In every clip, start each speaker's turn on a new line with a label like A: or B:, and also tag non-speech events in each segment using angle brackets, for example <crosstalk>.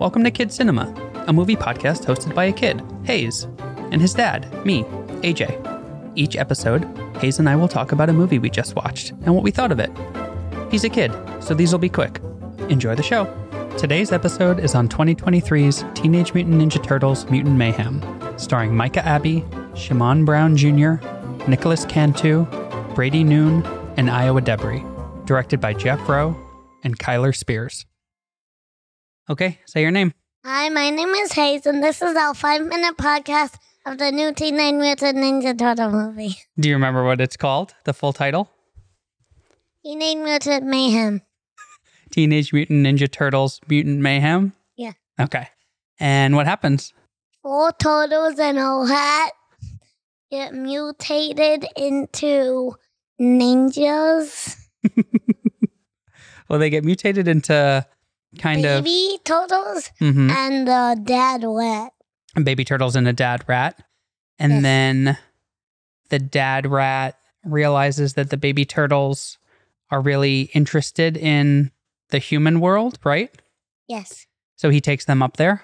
A: Welcome to Kid Cinema, a movie podcast hosted by a kid, Hayes, and his dad, me, AJ. Each episode, Hayes and I will talk about a movie we just watched and what we thought of it. He's a kid, so these will be quick. Enjoy the show. Today's episode is on 2023's Teenage Mutant Ninja Turtles Mutant Mayhem, starring Micah Abbey, Shimon Brown Jr., Nicholas Cantu, Brady Noon, and Iowa Debris, directed by Jeff Rowe and Kyler Spears. Okay, say your name.
B: Hi, my name is Hayes, and this is our five minute podcast of the new Teenage Mutant Ninja Turtle movie,
A: Do you remember what it's called? The full title?
B: Teenage Mutant Mayhem.
A: Teenage Mutant Ninja Turtles Mutant Mayhem?
B: Yeah.
A: Okay. And what happens?
B: Four turtles and a hat get mutated into ninjas.
A: Well, they get mutated into kind
B: baby turtles
A: of Mhm.
B: and the dad rat.
A: and baby turtles and a dad rat. And
B: Yes.
A: then the dad rat realizes that the baby turtles are really interested in the human world, right?
B: Yes,
A: So he takes them up there.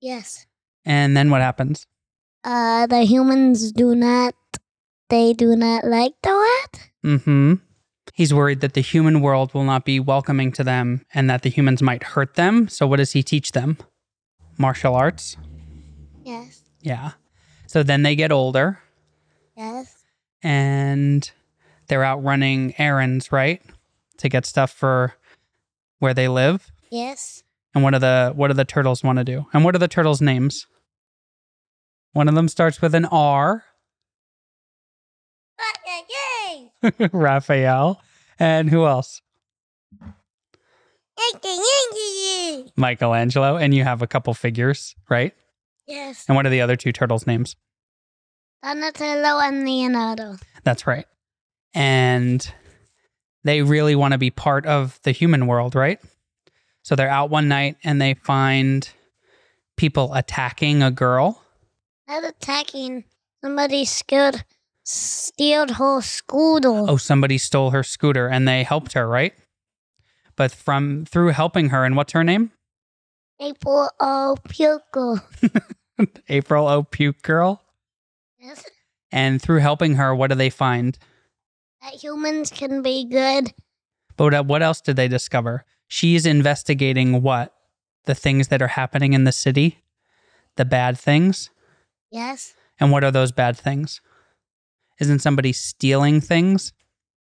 B: yes.
A: And then what happens?
B: Uh, the humans do not. They do not like the rat.
A: Mm hmm. He's worried that the human world will not be welcoming to them and that the humans might hurt them. So, what does he teach them? Martial arts.
B: Yes,
A: Yeah. So then they get older
B: yes,
A: and they're out running errands, right? To get stuff for where they live.
B: yes.
A: And what do the what do the turtles want to do? And what are the turtles' names? One of them starts with an R, <laughs>
B: Yay!
A: Raphael. And who else? Michelangelo. And you have a couple figures, right?
B: Yes.
A: And what are the other two turtles' names?
B: Donatello and Leonardo.
A: That's right. And they really want to be part of the human world, right? So they're out one night and they find people attacking a girl.
B: Not attacking. Somebody scared, stealed her scooter.
A: Oh, somebody stole her scooter and they helped her, right? But from through helping her, and what's her name?
B: April O. Puker.
A: April O. Puke Girl.
B: Yes.
A: And through helping her, what do they find?
B: That humans can be good.
A: But what- what else did they discover? She's investigating what? The things that are happening in the city? The bad things?
B: Yes.
A: And what are those bad things? Isn't somebody stealing things?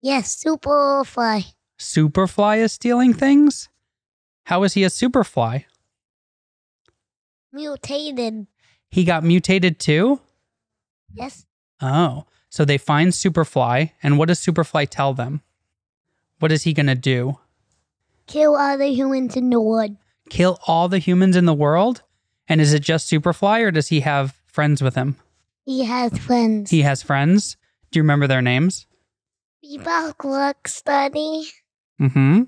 B: Yes, Superfly.
A: Superfly is stealing things? How is he a superfly?
B: Mutated.
A: He got mutated too?
B: Yes.
A: Oh, so they find Superfly, and what does Superfly tell them? What is he gonna do?
B: Kill other humans in the wood.
A: Kill all the humans in the world? And is it just Superfly, or does he have friends with him?
B: He has friends.
A: He has friends. Do you remember their names?
B: Bebop Look Study.
A: Mm hmm.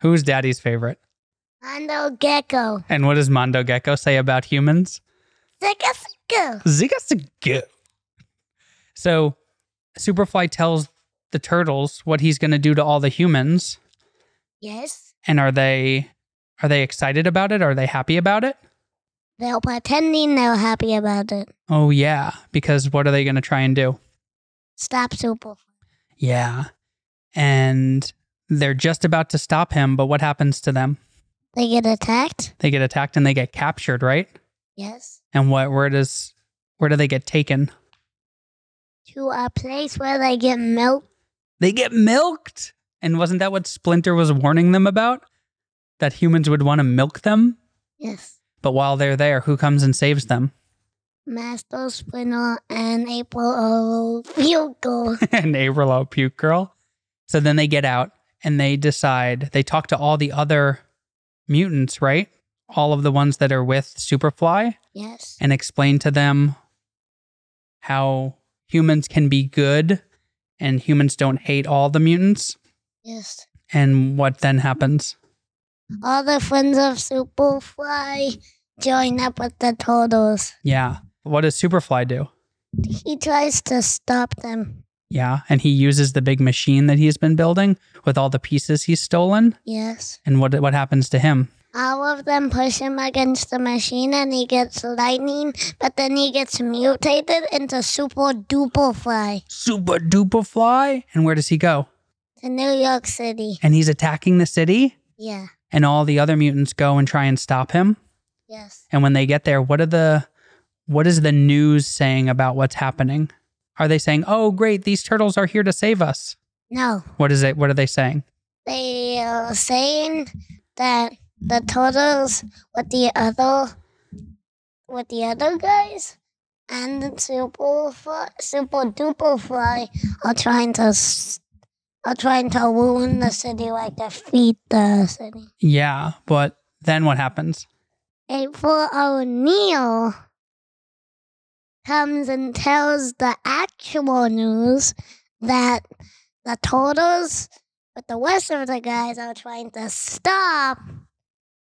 A: Who's daddy's favorite?
B: Mondo Gecko.
A: And what does Mondo Gecko say about humans?
B: Sicka Sicko.
A: Ziggers to go. So Superfly tells the turtles what he's going to do to all the humans,
B: Yes.
A: and are they are they excited about it? Are they happy about it?
B: They're pretending they're happy about it.
A: Oh yeah, because what are they going to try and do?
B: Stop Superfly.
A: Yeah, and they're just about to stop him, but what happens to them?
B: They get attacked?
A: They get attacked and they get captured, right?
B: Yes.
A: And what where does where do they get taken?
B: To a place where they get milk.
A: They get milked. And wasn't that what Splinter was warning them about? That humans would want to milk them?
B: Yes.
A: But while they're there, who comes and saves them? <laughs>
B: Master Splinter and April O. Bugle.
A: <laughs> and April out puke girl. So then they get out and they decide they talk to all the other mutants, right? All of the ones that are with Superfly
B: yes.
A: and explain to them how humans can be good and humans don't hate all the mutants.
B: Yes.
A: And what then happens?
B: All the friends of Superfly join up with the turtles.
A: Yeah. What does Superfly do?
B: He tries to stop them.
A: Yeah. And he uses the big machine that he's been building with all the pieces he's stolen.
B: Yes.
A: And what what happens to him?
B: all of them push him against the machine and he gets lightning, but then he gets mutated into Super Duper Fly
A: Super duper fly. And where does he go?
B: to New York City.
A: And he's attacking the city,
B: Yeah,
A: and all the other mutants go and try and stop him.
B: yes.
A: And when they get there, what are the what is the news saying about what's happening? Are they saying, "Oh, great, these turtles are here to save us"?
B: No,
A: What is it? What are they saying?
B: they are saying that the turtles with the other with the other guys and the super fly, super duper fly are trying to s- are trying to ruin the city like defeat the city.
A: Yeah, but then what happens?
B: April O'Neil comes and tells the actual news that the turtles with the rest of the guys are trying to stop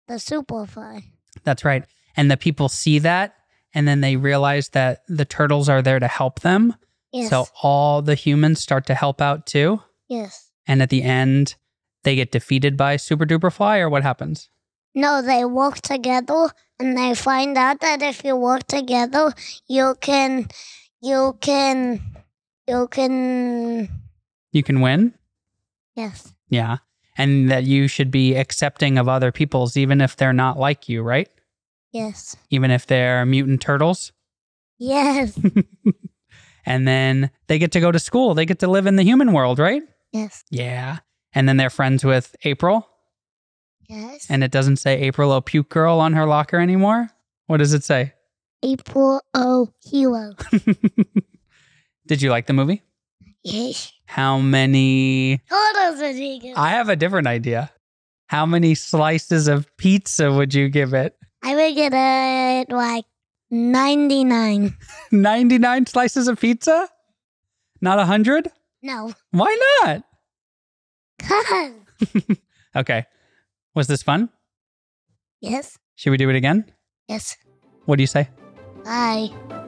B: the Superfly.
A: That's right. And the people see that, and then they realize that the turtles are there to help them.
B: Yes.
A: So all the humans start to help out too.
B: yes.
A: And at the end, they get defeated by Super Duper Fly, or what happens?
B: No, they work together and they find out that if you work together, you can, you can, you can,
A: You can win.
B: yes.
A: Yeah. And that you should be accepting of other people's, even if they're not like you, right?
B: Yes.
A: Even if they're mutant turtles.
B: Yes.
A: And then they get to go to school. They get to live in the human world, right?
B: yes.
A: Yeah. And then they're friends with April.
B: Yes.
A: And it doesn't say April O Puke Girl on her locker anymore. What does it say? <laughs>
B: April O. Hero.
A: Did you like the movie?
B: Yes.
A: How many?
B: Turtles would be good.
A: I have a different idea. How many slices of pizza would you give it? <laughs>
B: I would get it like 99.
A: 99 slices of pizza? Not 100?
B: No.
A: Why not?
B: God.
A: Okay. Was this fun?
B: Yes.
A: Should we do it again?
B: Yes.
A: What do you say?
B: Bye.